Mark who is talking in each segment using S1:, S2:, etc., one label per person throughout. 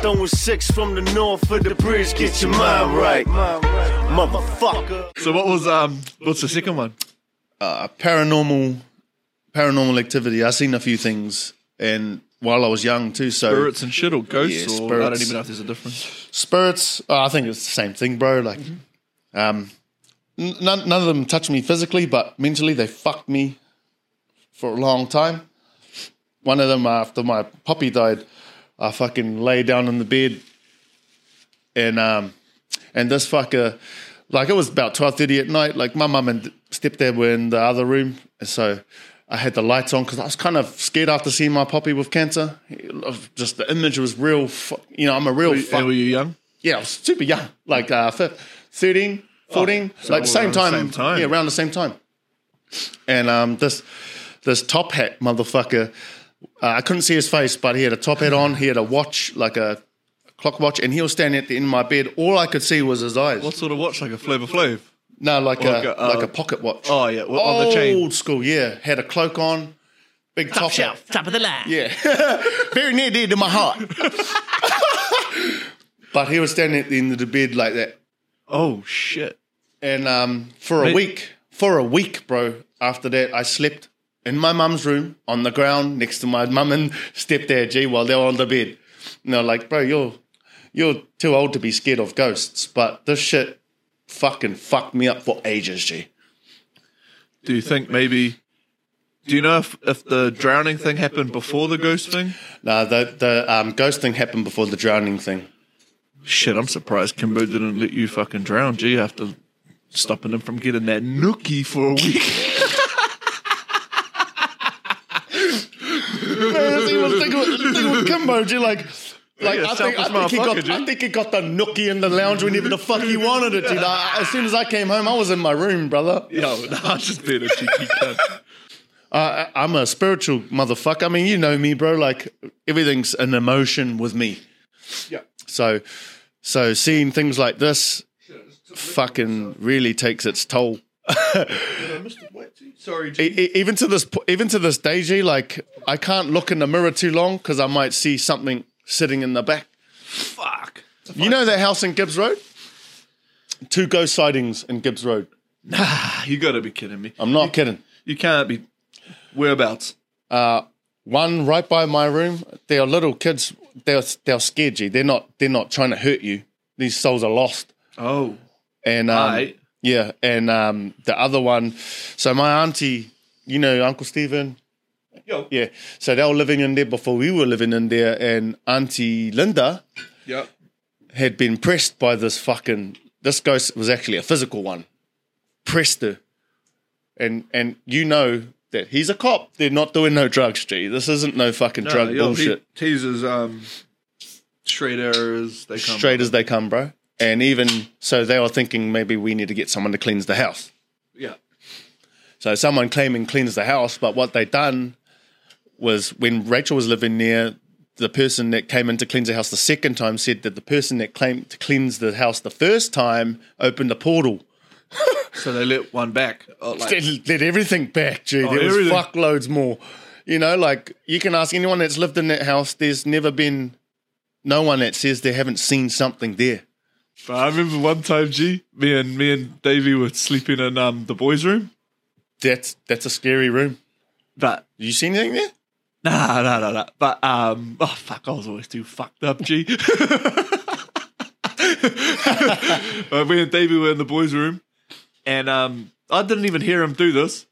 S1: Throwing six from the north for the bridge. Get your mind right, motherfucker.
S2: So what was um what's the second one?
S3: uh, paranormal paranormal activity. I've seen a few things, and while I was young too. So
S2: Spirits and shit or ghosts
S3: Yeah,
S2: or I don't
S3: spirits.
S2: even know if there's a difference.
S3: spirits oh, I think it's the same thing, bro. Like, um, n- none, none of them touched me physically, but mentally they fucked me for a long time. One of them, uh, after my puppy died, I fucking lay down in the bed, and um, and this fucker, like it was about twelve thirty at night. Like my mum and stepdad were in the other room, and so. I had the lights on because I was kind of scared after seeing my puppy with cancer. Just the image was real. Fu- you know, I'm a real. fuck
S2: And were you young?
S3: yeah, I was super young, like uh, fif- 13, 14, like same
S2: Oh, around the
S3: time,
S2: same time.
S3: yeah, around the same time. And um, this this top hat motherfucker, uh, I couldn't see his face, but he had a top hat on. He had a watch, like a clock watch, and he was standing at the end of my bed. All I could see was his eyes.
S2: What sort of watch? Like a Flavor Flav?
S3: No, like
S2: Like
S3: a
S2: a, uh,
S3: like a pocket watch.
S2: oh, yeah, well, on the chain.
S3: old school. Yeah, had a cloak on, big top hat.
S4: top of the line.
S3: Yeah. Very near dear to my heart. but he was standing at the end of the bed like that.
S2: Oh shit!
S3: And um, for a
S2: Mate.
S3: week, for a week, bro, after that, I slept in my mum's room on the ground next to my mum and stepdad, G, while they were on the bed. And they're like, bro, you're, you're too old to be scared of ghosts. But this shit fucking fucked me up for ages, G.
S2: Do you think maybe? Do you know if, if the drowning thing happened before the ghost thing?
S3: Nah, the, the um, ghost thing happened before the drowning thing.
S2: Shit, I'm surprised Kimbo didn't let you fucking drown. Gee, after stopping him from getting that nookie for a week.
S3: I think it was thinking with, thinking with Kimbo, G, like, like
S2: Yeah,
S3: I, think, I, think
S2: selfless
S3: he got,
S2: motherfucker, G.
S3: I think he got the nookie in the lounge whenever the fuck he wanted it, dude. I, as soon as I came home, I was in my room, brother.
S2: Yo, nah, just being a cheeky cunt.
S3: I, I- I'm a spiritual motherfucker. I mean, you know me, bro. Like, everything's an emotion with me. Yeah. So, so seeing things like this fucking really takes its toll.
S2: Sorry, G.
S3: E- e- even to this po- even to this day G, like i can't look in the mirror too long because i might see something sitting in the back
S2: Fuck.
S3: you know that house in gibbs road two ghost sightings in gibbs road
S2: You gotta be kidding me.
S3: i'm not kidding
S2: You can't be. Whereabouts?
S3: one right by my room they're little kids they're they're scared G. they're not they're not trying to hurt you these souls are lost
S2: Oh,
S3: and um,
S2: Aye.
S3: yeah and um the other one so my auntie you know uncle stephen
S2: Yo.
S3: yeah so they were living in there before we were living in there and auntie linda
S2: yep.
S3: had been pressed by this fucking this ghost was actually a physical one pressed her and and you know that he's a cop they're not doing no drugs g this isn't no fucking drug
S2: yo,
S3: bullshit
S2: He teases um, straight arrows. They come
S3: straight as they come bro and even so they were thinking maybe we need to get someone to cleanse the house
S2: Yeah.
S3: so someone claiming cleans the house but what they done was when rachel was living there the person that came in to cleanse the house the second time said that the person that claimed to cleanse the house the first time opened the portal
S2: So they let one back. Oh, like,
S3: did, did everything back, G. there was
S2: everything.
S3: fuckloads more. You know, like you can ask anyone that's lived in that house. There's never been no one that says they haven't seen something there.
S2: But I remember one time, G, me and me and Davey were sleeping in um the boys' room.
S3: That's that's a scary room.
S2: But
S3: You see anything there?
S2: nah, nah, nah, nah. But um, oh fuck, I was always too fucked up, G. but Uh, me and Davey were in the boys' room, and um, I didn't even hear him do this,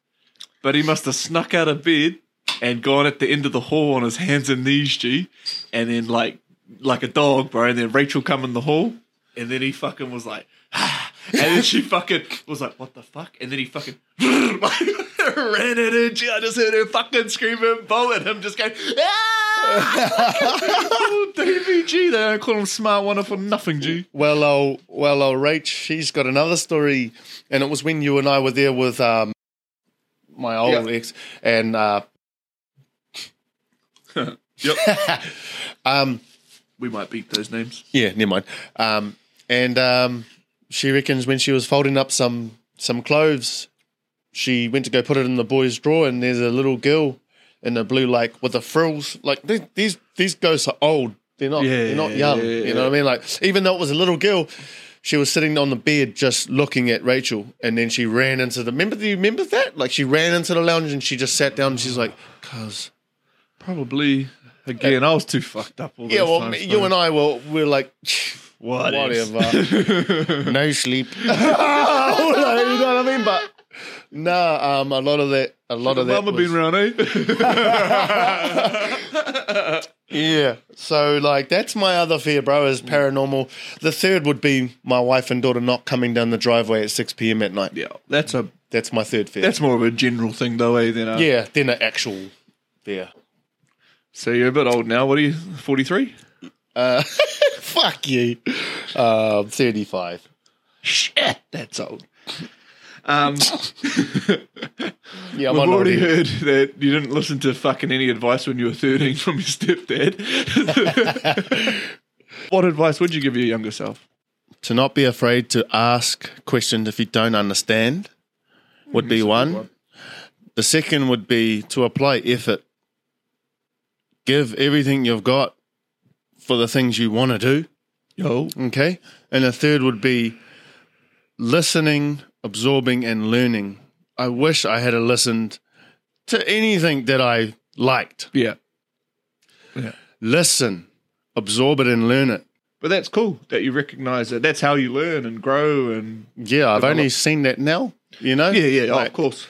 S2: but he must have snuck out of bed and gone at the end of the hall on his hands and knees, G, and then like like a dog, bro. And then Rachel come in the hall, and then he fucking was like. And then she fucking was like, "What the fuck?" And then he fucking ran at her. Gee, I just heard her fucking scream and bow at him, just going, "Ah!" oh, Davey G, they don't call him smart, wonderful, nothing G.
S3: Well, oh, well, oh, Rach, she's got another story, and it was when you and I were there with um, my old
S2: Yeah.
S3: ex, and uh, um,
S2: We might beat those names.
S3: Yeah, never mind. Um, and um, she reckons when she was folding up some some clothes, she went to go put it in the boys' drawer, and there's a little girl in a blue like with the frills. Like th- these these ghosts are old They're not.
S2: Yeah,
S3: they're not
S2: yeah,
S3: young.
S2: yeah, yeah,
S3: you know what I mean? Like even though it was a little girl, she was sitting on the bed just looking at Rachel, and then she ran into the. Remember? Do you remember that? Like she ran into the lounge and she just sat down and she's like, "Cause
S2: Probably. Again, I was too fucked up. All
S3: yeah, well, me- you and I were we're like."
S2: what? ifs?
S3: Whatever. no sleep. you know what I mean? But nah, um, a lot of that, a lot
S2: My
S3: of that.
S2: mama
S3: was-
S2: been round, eh?
S3: Yeah. So like that's my other fear, bro, is paranormal. The third would be my wife and daughter not coming down the driveway at six PM at night.
S2: yeah, that's a
S3: That's my third fear.
S2: that's more of a general thing though, eh? Than a,
S3: yeah, then an actual fear.
S2: So you're a bit old now. What are you? Forty three.
S3: Fuck you. Um thirty five.
S2: Shit, that's old. Um,
S3: Yeah, I'm
S2: I've
S3: on
S2: already
S3: audio.
S2: heard that you didn't listen to fucking any advice when you were 13 from your stepdad. what advice would you give your younger self?
S3: to not be afraid to ask questions if you don't understand would be one. The second would be to apply effort. Give everything you've got for the things you want to do.
S2: Yo,
S3: Okay. And the third would be listening, absorbing, and learning. I wish I had listened to anything that I liked.
S2: yeah,
S3: Listen, absorb it, and learn it.
S2: but that's cool that you recognize that. That's how you learn and grow. And
S3: Yeah, I've only seen that now, you know?
S2: oh,
S3: Like-
S2: course.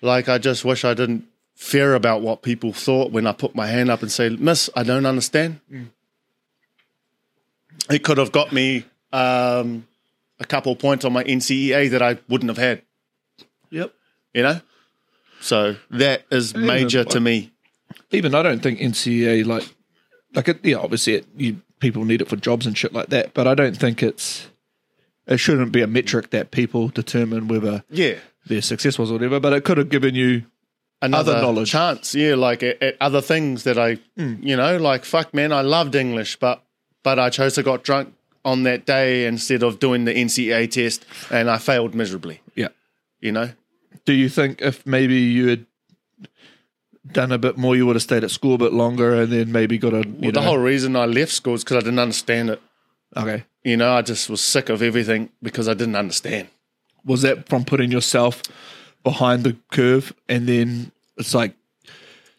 S3: Like I just wish I didn't fear about what people thought when I put my hand up and say, "Miss, I don't understand." It could have got me um, a couple points on my NCEA that I wouldn't have had.
S2: Yep.
S3: You know, so that is major to me.
S2: even I don't think NCA like like it, yeah obviously it, you people need it for jobs and shit like that, but I don't think it's it shouldn't be a metric that people determine whether
S3: Yeah,
S2: their success was or whatever. But it could have given you
S3: another
S2: knowledge.
S3: chance. Yeah, like at, at other things that I, you know, like fuck, man, I loved English, but but I chose to got drunk on that day instead of doing the NCEA test, and I failed miserably.
S2: yeah.
S3: You know,
S2: Do you think if maybe you had done a bit more, you would have stayed at school a bit longer, and then maybe got a you know,
S3: Well, the whole reason I left school is because I didn't understand it.
S2: okay.
S3: You know, I just was sick of everything because I didn't understand.
S2: Was that from putting yourself behind the curve, and then it's like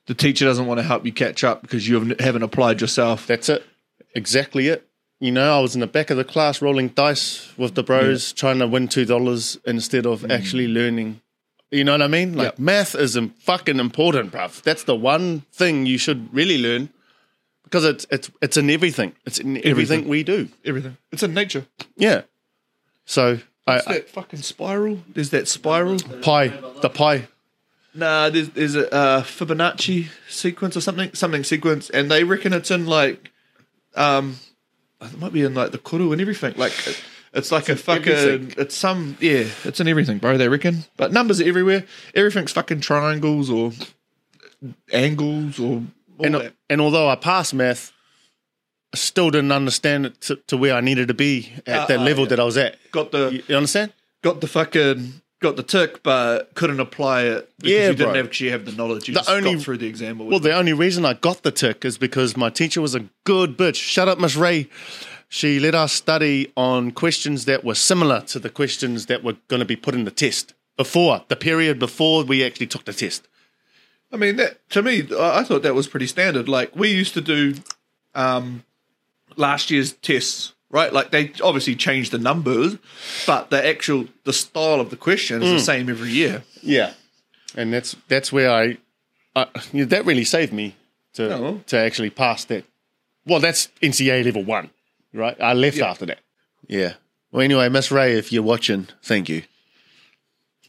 S2: the teacher doesn't want to help you catch up because you haven't, haven't applied yourself.
S3: That's it. Exactly it. You know, I was in the back of the class rolling dice with the bros trying to win $2 instead
S2: Mm.
S3: of actually learning. You know what I mean? Like,
S2: Yep.
S3: math is im- fucking important, bruv. That's the one thing you should really learn because it's, it's, it's in everything. It's in everything,
S2: Everything.
S3: we do.
S2: Everything. It's in nature.
S3: Yeah. So, I,
S2: It's that fucking spiral. There's that spiral.
S3: pie, the pie.
S2: Nah, there's there's a uh, Fibonacci sequence or something, something sequence, and they reckon it's in like, um, it might be in like the kuru and everything. Like, it- it's like a fucking,
S3: everything.
S2: it's some, yeah, it's in everything, bro. They reckon, but numbers are everywhere. Everything's fucking triangles or angles or all
S3: and, uh,
S2: that.
S3: and although I passed math, I still didn't understand it to, to where I needed to be at that level that I was at.
S2: Got the
S3: You, you understand?
S2: got the fucking got the tick, but couldn't apply it because
S3: Yeah,
S2: you didn't
S3: bro.
S2: actually have the knowledge. You
S3: The
S2: just
S3: only-
S2: got through the exam. Or
S3: Well, the only reason I got the tick is because my teacher was a good bitch. Shut up, Miss Ray. She let us study on questions that were similar to the questions that were going to be put in the test before the period before we actually took the test.
S2: I mean, that to me, I I thought that was pretty standard. Like we used to do um, last year's tests, right? Like they obviously changed the numbers, but the actual the style of the question is the same every year.
S3: Yeah, and that's that's where I, I you know, that really saved me to
S2: Oh.
S3: to actually pass that. Well, that's NCA level one, right? I left after that. Yeah. Well, anyway, Miss Ray, if you're watching, thank you,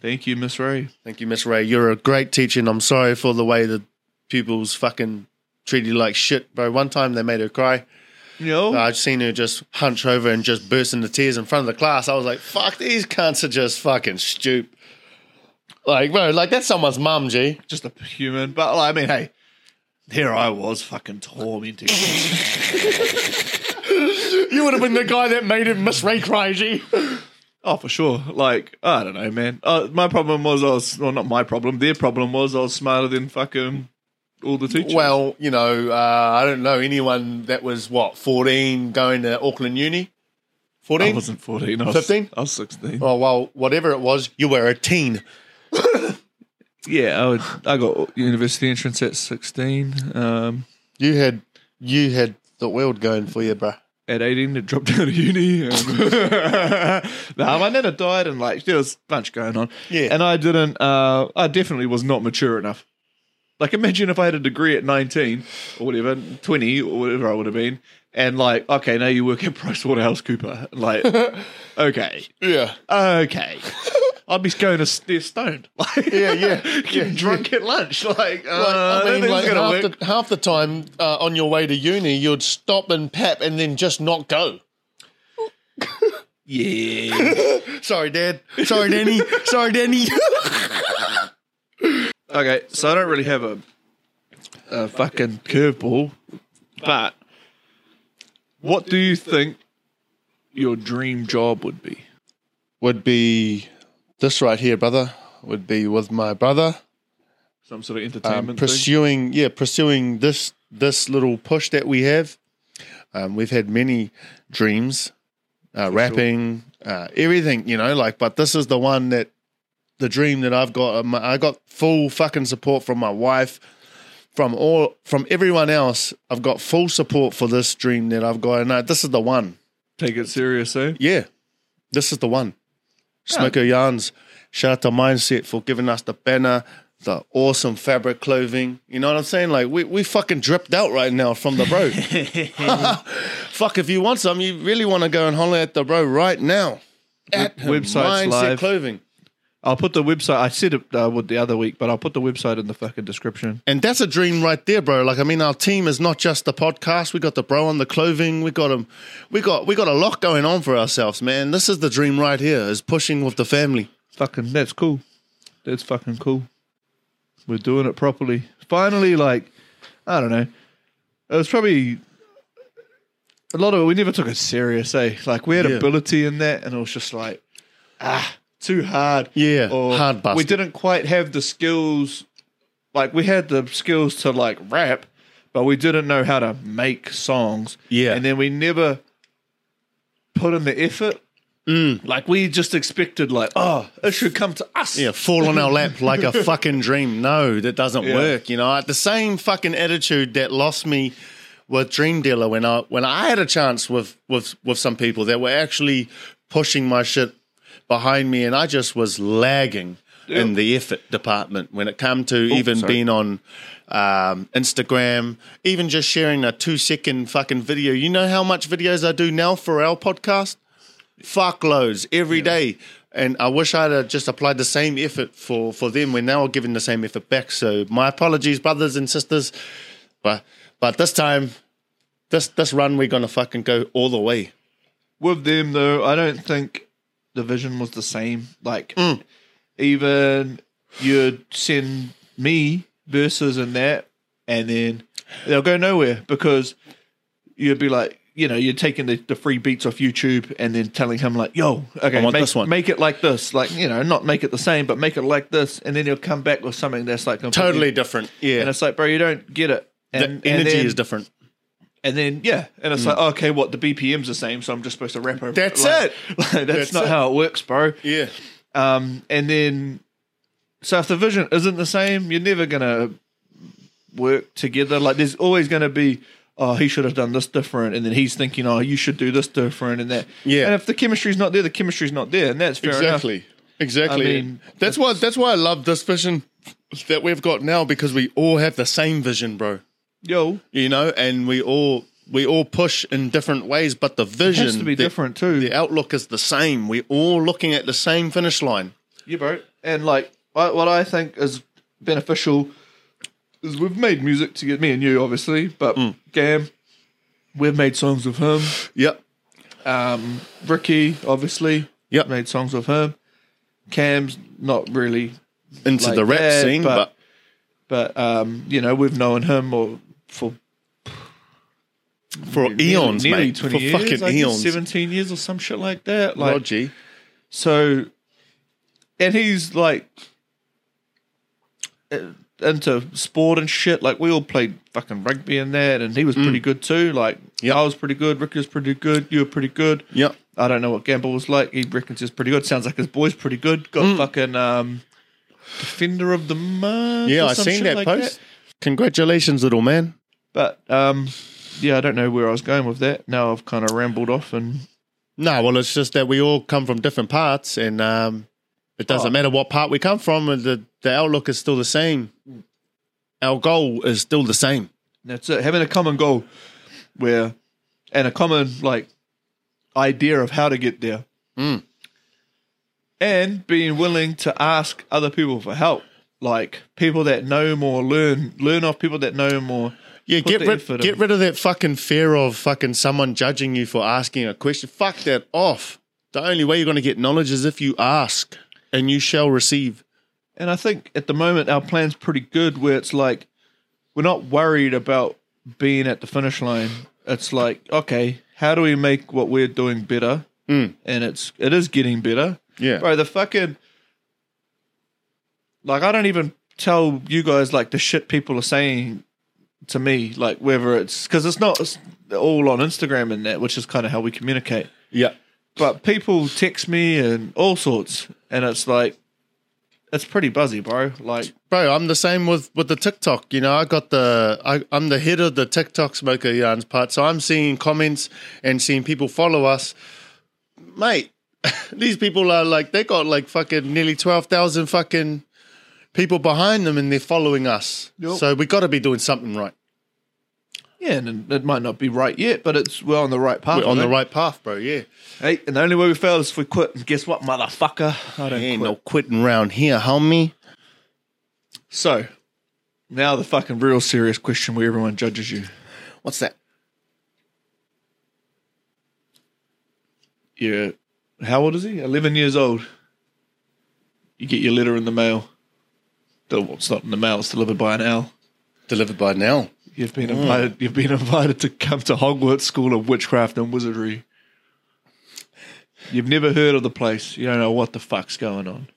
S2: Thank you, Miss Ray.
S3: thank you, Miss Ray. You're a great teacher, and I'm sorry for the way the pupils fucking treated you like shit, bro. One time they made her cry.
S2: You know,
S3: I've seen her just hunch over and just burst into tears in front of the class. I was like, "Fuck, these cunts are just fucking stupid." Like, bro, like that's someone's mum, G.
S2: just a human. But like, I mean, hey, here I was fucking tormenting.
S3: You would have been the guy that made him Miss Ray cry, G.
S2: Oh, for sure. Like, I don't know, man. Uh, my problem was I was, well, not my problem. Their problem was I was smarter than fucking all the teachers?
S3: Well, you know, uh, I don't know anyone that was what fourteen going to Auckland Uni.
S2: I
S3: Fourteen.
S2: wasn't 14. I was,
S3: 15?
S2: I was 16.
S3: Oh well, whatever it was, you were a teen.
S2: Yeah, I, would, I got university entrance at 16. Um,
S3: You had you had the world going for you, bruh.
S2: at 18, it dropped out of uni. and- no, my nana died, and like there was a bunch going on.
S3: Yeah.
S2: And I didn't, uh, I definitely was not mature enough. Like, imagine if I had a degree at 19 or whatever, 20 or whatever I would have been, and like, okay, now you work at PricewaterhouseCooper. Like, okay.
S3: Yeah.
S2: okay. I'd be going to steer stoned. Like,
S3: Yeah, yeah, yeah,
S2: getting drunk at lunch. Like, uh,
S3: Like,
S2: I, don't
S3: I mean,
S2: think
S3: like
S2: it's going to work.
S3: half the, half the time uh, on your way to uni, you'd stop and pap and then just not go.
S2: yeah.
S3: Sorry, Dad. Sorry, Danny. Sorry, Danny.
S2: okay, so I don't really have a, a fucking curveball, but what do you think your dream job would be?
S3: Would be this right here, brother. Would be with my brother.
S2: Some sort of
S3: um,
S2: entertainment thing?
S3: pursuing yeah pursuing this this little push that we have um, we've had many dreams uh, rapping uh, everything you know like but this is the one that the dream that i've got um, i got full fucking support from my wife from all from everyone else i've got full support for this dream that i've got and I, this is the one
S2: Take it serious, eh?
S3: yeah this is the one smoker yarns shout out to mindset for giving us the banner the awesome fabric clothing you know what i'm saying like we, we fucking dripped out right now from the bro fuck if you want some you really want to go and holler at the bro right now at him.
S2: website's
S3: mindset
S2: live.
S3: clothing
S2: I'll put the website. I said it uh, the other week, but I'll put the website in the fucking description.
S3: and that's a dream right there bro like i mean our team is not just the podcast we got the bro on the clothing we got him we got we got a lot going on for ourselves man this is the dream right here is pushing with the family
S2: fucking that's cool. That's fucking cool. We're doing it properly. Finally, like I don't know. It was probably a lot of it we never took it serious, eh? Like we had
S3: Yeah.
S2: ability in that and it was just like ah, too hard.
S3: Yeah,
S2: Or
S3: hard busted.
S2: we didn't quite have the skills like we had the skills to like rap, but we didn't know how to make songs.
S3: Yeah.
S2: And then we never put in the effort.
S3: Mm.
S2: Like we just expected, like, oh, it should come to us.
S3: Yeah, fall on our lap like a fucking dream. No, that doesn't work. You know, I had the same fucking attitude that lost me with Dream Dealer when I when I had a chance with with with some people that were actually pushing my shit behind me, and I just was lagging in the effort department when it came to even
S2: Oh, sorry.
S3: being on um, Instagram, even just sharing a two second fucking video. You know how much videos I do now for our podcast fuck loads every day, And I wish I'd have just applied the same effort for, for them. We're now giving the same effort back. So my apologies, brothers and sisters. But but this time, this this run we're gonna fucking go all the way.
S2: With them though, I don't think the vision was the same. Like
S3: Mm.
S2: even you'd send me verses and that, and then they'll go nowhere because you'd be like, you know, you're taking the, the free beats off YouTube and then telling him like, yo, okay,
S3: want
S2: make,
S3: this one.
S2: make it like this. Like, you know, not make it the same, but make it like this, and then he'll come back with something that's like completely-
S3: Totally different.
S2: And
S3: Yeah.
S2: it's like, bro, you don't get it. And,
S3: The
S2: and
S3: energy
S2: then-
S3: is different.
S2: and then yeah, and it's like okay, what the BPM's the same, so I'm just supposed to rap over.
S3: Hmm. That's
S2: like-
S3: it.
S2: like, that's,
S3: That's
S2: not
S3: it.
S2: how it works, bro.
S3: Yeah.
S2: Um, and then so if the vision isn't the same, you're never gonna work together. Like there's always gonna be oh he should have done this different, and then he's thinking oh you should do this different and that.
S3: Yeah.
S2: And if the chemistry's not there, the chemistry's not there, and that's fair enough.
S3: exactly. Exactly.
S2: I mean,
S3: that's why that's why I love this vision that we've got now because we all have the same vision, bro.
S2: Yo,
S3: You know, and we all we all push in different ways, but the
S2: it
S3: vision
S2: has to be
S3: the-
S2: different too.
S3: the outlook is the same. We're all looking at the same finish line.
S2: Yeah, bro. And like, I, what I think is beneficial is we've made music to get me and you, obviously, but
S3: Mm.
S2: Gam, we've made songs with him.
S3: Yep.
S2: Um, Ricky, obviously,
S3: Yep.
S2: made songs with him. Cam's not really,
S3: Into
S2: Like
S3: the rap
S2: that,
S3: scene,
S2: but-
S3: but,
S2: but um, you know, we've known him or for
S3: for eons,
S2: nearly
S3: mate.
S2: twenty
S3: For
S2: years,
S3: fucking
S2: I guess,
S3: eons.
S2: seventeen years or some shit like that. Like,
S3: Rogie.
S2: So, and he's like, uh, into sport and shit. Like we all played fucking rugby and that, and
S3: Mm.
S2: he was pretty good too. Like
S3: Yeah.
S2: I was pretty good. Ricky was pretty good. You were pretty good.
S3: Yep.
S2: I don't know what Gamble was like. He reckons he's pretty good. Sounds like his boy's pretty good. Got
S3: Mm.
S2: fucking um, defender of the month.
S3: Yeah,
S2: or
S3: I
S2: some
S3: seen
S2: shit
S3: that
S2: like
S3: post. Congratulations, little man.
S2: But um, yeah, I don't know where I was going with that. Now I've kind of rambled off and
S3: No, well, it's just that we all come from different parts, and um, it doesn't
S2: Oh.
S3: matter what part we come from. The the outlook is still the same. Our goal is still the same.
S2: that's it. Having a common goal, where and a common like idea of how to get there,
S3: Mm.
S2: and being willing to ask other people for help, like people that know more, learn learn off people that know more.
S3: Yeah,
S2: Put
S3: get
S2: the
S3: rid
S2: effort
S3: get
S2: in.
S3: rid of that fucking fear of fucking someone judging you for asking a question. Fuck that off. The only way you're going to get knowledge is if you ask, and you shall receive.
S2: And I think at the moment our plan's pretty good where it's like we're not worried about being at the finish line. It's like, okay, how do we make what we're doing better?
S3: Mm.
S2: And it's it is getting better.
S3: Yeah.
S2: Bro, the fucking like I don't even tell you guys like the shit people are saying to me, like whether it's because it's not it's all on Instagram and that, which is kind of how we communicate
S3: Yeah.
S2: but people text me and all sorts, and it's like, it's pretty buzzy, bro. Like,
S3: Bro, I'm the same with with the TikTok. You know, I got the I, I'm the head of the TikTok smoker yarns part, so I'm seeing comments and seeing people follow us, mate. these people are like they got like fucking nearly twelve thousand fucking people behind them, and they're following us.
S2: Yep.
S3: So we got to be doing something right.
S2: yeah, and it might not be right yet, but it's we're on the right path.
S3: We're on the
S2: right.
S3: right path, bro. Yeah,
S2: Hey, and the only way we fail is if we quit. And guess what, motherfucker? I don't
S3: ain't
S2: quit.
S3: no quitting round here, homie.
S2: So, now the fucking real serious question where everyone judges you.
S3: What's that?
S2: Yeah, how old is he? Eleven years old. You get your letter in the mail. The- well, It's not in the mail. It's delivered by an owl.
S3: Delivered by now.
S2: You've been
S3: Mm.
S2: invited. You've been invited to come to Hogwarts School of Witchcraft and Wizardry. You've never heard of the place. You don't know what the fuck's going on.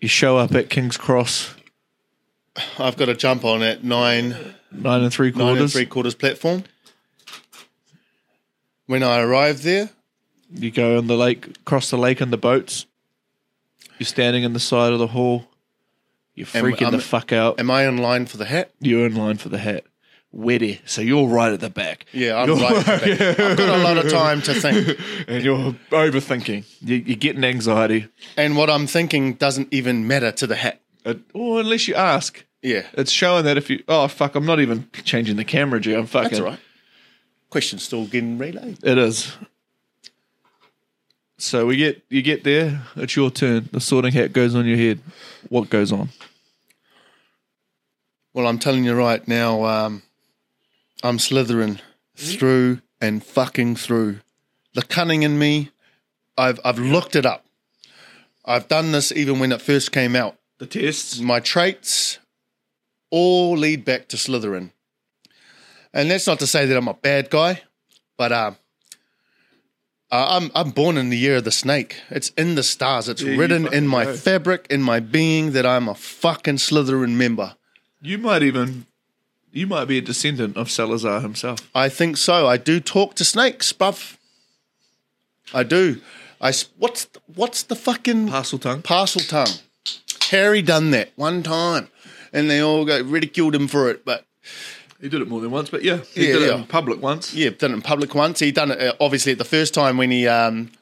S2: You show up at King's Cross
S3: I've got to jump on at nine.
S2: nine and three
S3: nine and
S2: quarters.
S3: three quarters platform. When I arrived there,
S2: You go in the lake, cross the lake in the boats. You're standing in the side of the hall. You're
S3: And
S2: freaking
S3: I'm-
S2: the fuck out.
S3: am I in line for the hat?
S2: You're in line for the hat. Witty. So you're right at the back.
S3: Yeah, I'm
S2: You're-
S3: right. at the back. I've got a lot of time to think,
S2: and you're overthinking. You- You're getting anxiety.
S3: and what I'm thinking doesn't even matter to the hat.
S2: It, well, Uh, unless you ask,
S3: Yeah,
S2: it's showing that if you oh fuck, I'm not even changing the camera, G. I'm fucking.
S3: that's all right. Question's still getting relayed.
S2: It is. So we get you get there. It's your turn. The sorting hat goes on your head. What goes on?
S3: Well, I'm telling you right now, um, I'm slithering through and fucking through. The cunning in me, I've I've looked it up. I've done this even when it first came out.
S2: The tests.
S3: my traits all lead back to Slytherin. And that's not to say that I'm a bad guy, but um, uh, I'm I'm born in the year of the snake. It's in the stars. It's
S2: you
S3: written in
S2: fucking
S3: my
S2: know.
S3: fabric, in my being, that I'm a fucking Slytherin member.
S2: You might even, you might be a descendant of Salazar himself.
S3: I think so. I do talk to snakes, bruv. I do. I s- what's th- what's the fucking
S2: Parseltongue.
S3: parcel tongue. Harry done that one time, and they all go ridiculed him for it. But
S2: He did it more than once, but yeah, he
S3: Yeah,
S2: did it
S3: yeah.
S2: in public once.
S3: Yeah, done it in public once. He done it uh, obviously the first time when he um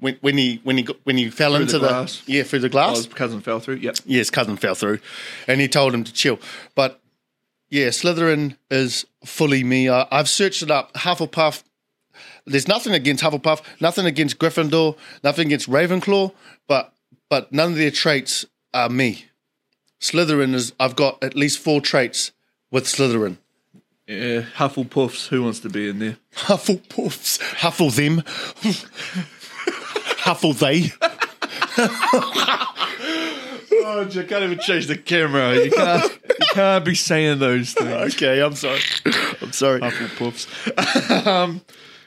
S3: when when he when he got, when he fell into
S2: the
S3: the,
S2: glass.
S3: yeah through the
S2: Oh,
S3: glass.
S2: his cousin fell through. Yep.
S3: Yeah, his cousin fell through, and he told him to chill. But yeah, Slytherin is fully me. I, I've searched it up. Hufflepuff. There's nothing against Hufflepuff. Nothing against Gryffindor. Nothing against Ravenclaw. But but none of their traits are me. Slytherin is. I've got at least four traits with Slytherin.
S2: Yeah. Uh, Hufflepuffs. Who wants to be in there?
S3: Hufflepuffs. Huffle them. Huffle they.
S2: Oh, I can't even change the camera. You can't, you can't be saying those things.
S3: Okay, I'm sorry. I'm sorry.
S2: Hufflepuffs. um,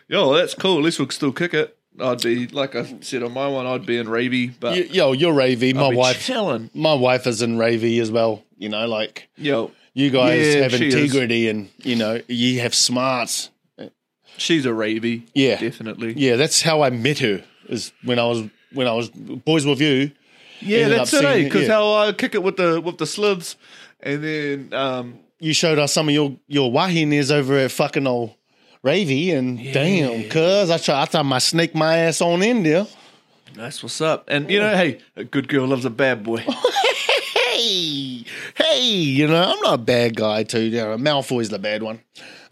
S2: yo, that's cool. At least we'll still kick it. I'd be like I said on my one, I'd be in Reeby, but
S3: You, yo, you're ravey. My
S2: I'd be
S3: wife,
S2: chilling.
S3: my wife is in ravey as well. You know, like
S2: Yo,
S3: you guys
S2: Yeah,
S3: have
S2: she is.
S3: integrity, and you know you have smarts.
S2: she's a Reeby.
S3: Yeah.
S2: definitely.
S3: Yeah, that's how I met her. Is when I was when I was boys with you.
S2: Yeah,
S3: Ended
S2: that's
S3: up
S2: it. eh?
S3: seeing-
S2: 'Cause Because
S3: yeah.
S2: how I kick it with the with the slivs, and then um,
S3: You showed us some of your your wahines over at fucking old Ravy, and damn, cuz I try I thought my snake my ass on in there.
S2: that's what's up. And you know, hey, a good girl loves a bad boy.
S3: Hey, hey, you know I'm not a bad guy too. You know, Malfoy's the bad one.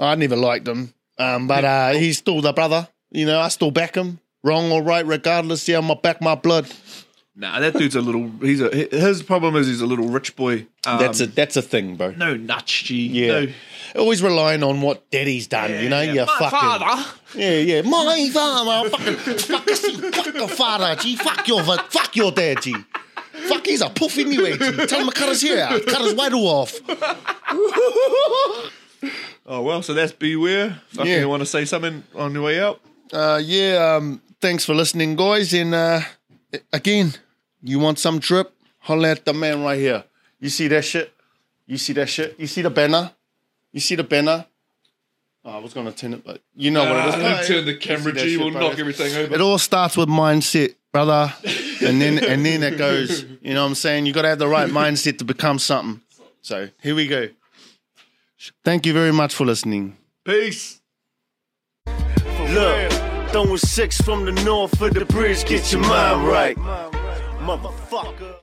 S3: I never liked him, um, but uh, he's still the brother. You know, I still back him. Wrong or right, regardless. Yeah, I'm gonna back my blood.
S2: nah, that dude's a little. He's a his problem is he's a little rich boy. Um,
S3: That's a that's a thing, bro.
S2: no nuts, G.
S3: Yeah,
S2: No,
S3: always relying on what daddy's done. you know, you fucking. Yeah, yeah. My father, fucking, fuck, fuck your father, G. Fuck your, fa- fuck your dad, G. Fuck, he's a poof anyway, G. Tell him to cut his hair out, cut his white off.
S2: Oh well, so that's beware. Fucking
S3: Yeah.
S2: you want to say something on your way out?
S3: Uh, yeah, um, thanks for listening, guys. And uh, again, you want some drip? Holler at the man right here. You see that shit? You see that shit? You see the banner? You see the banner? Oh, I was going to turn it, but you know what it is.
S2: Don't Ah, turn the camera,
S3: that
S2: G.
S3: shit,
S2: We'll
S3: bro.
S2: knock everything over.
S3: it all starts with mindset, brother. And then and then it goes. You know what I'm saying? You gotta have the right mindset to become something. So here we go. Thank you very much for listening.
S2: Peace.
S1: Look, throwing six from the north for the bridge, get your mind right. Motherfucker.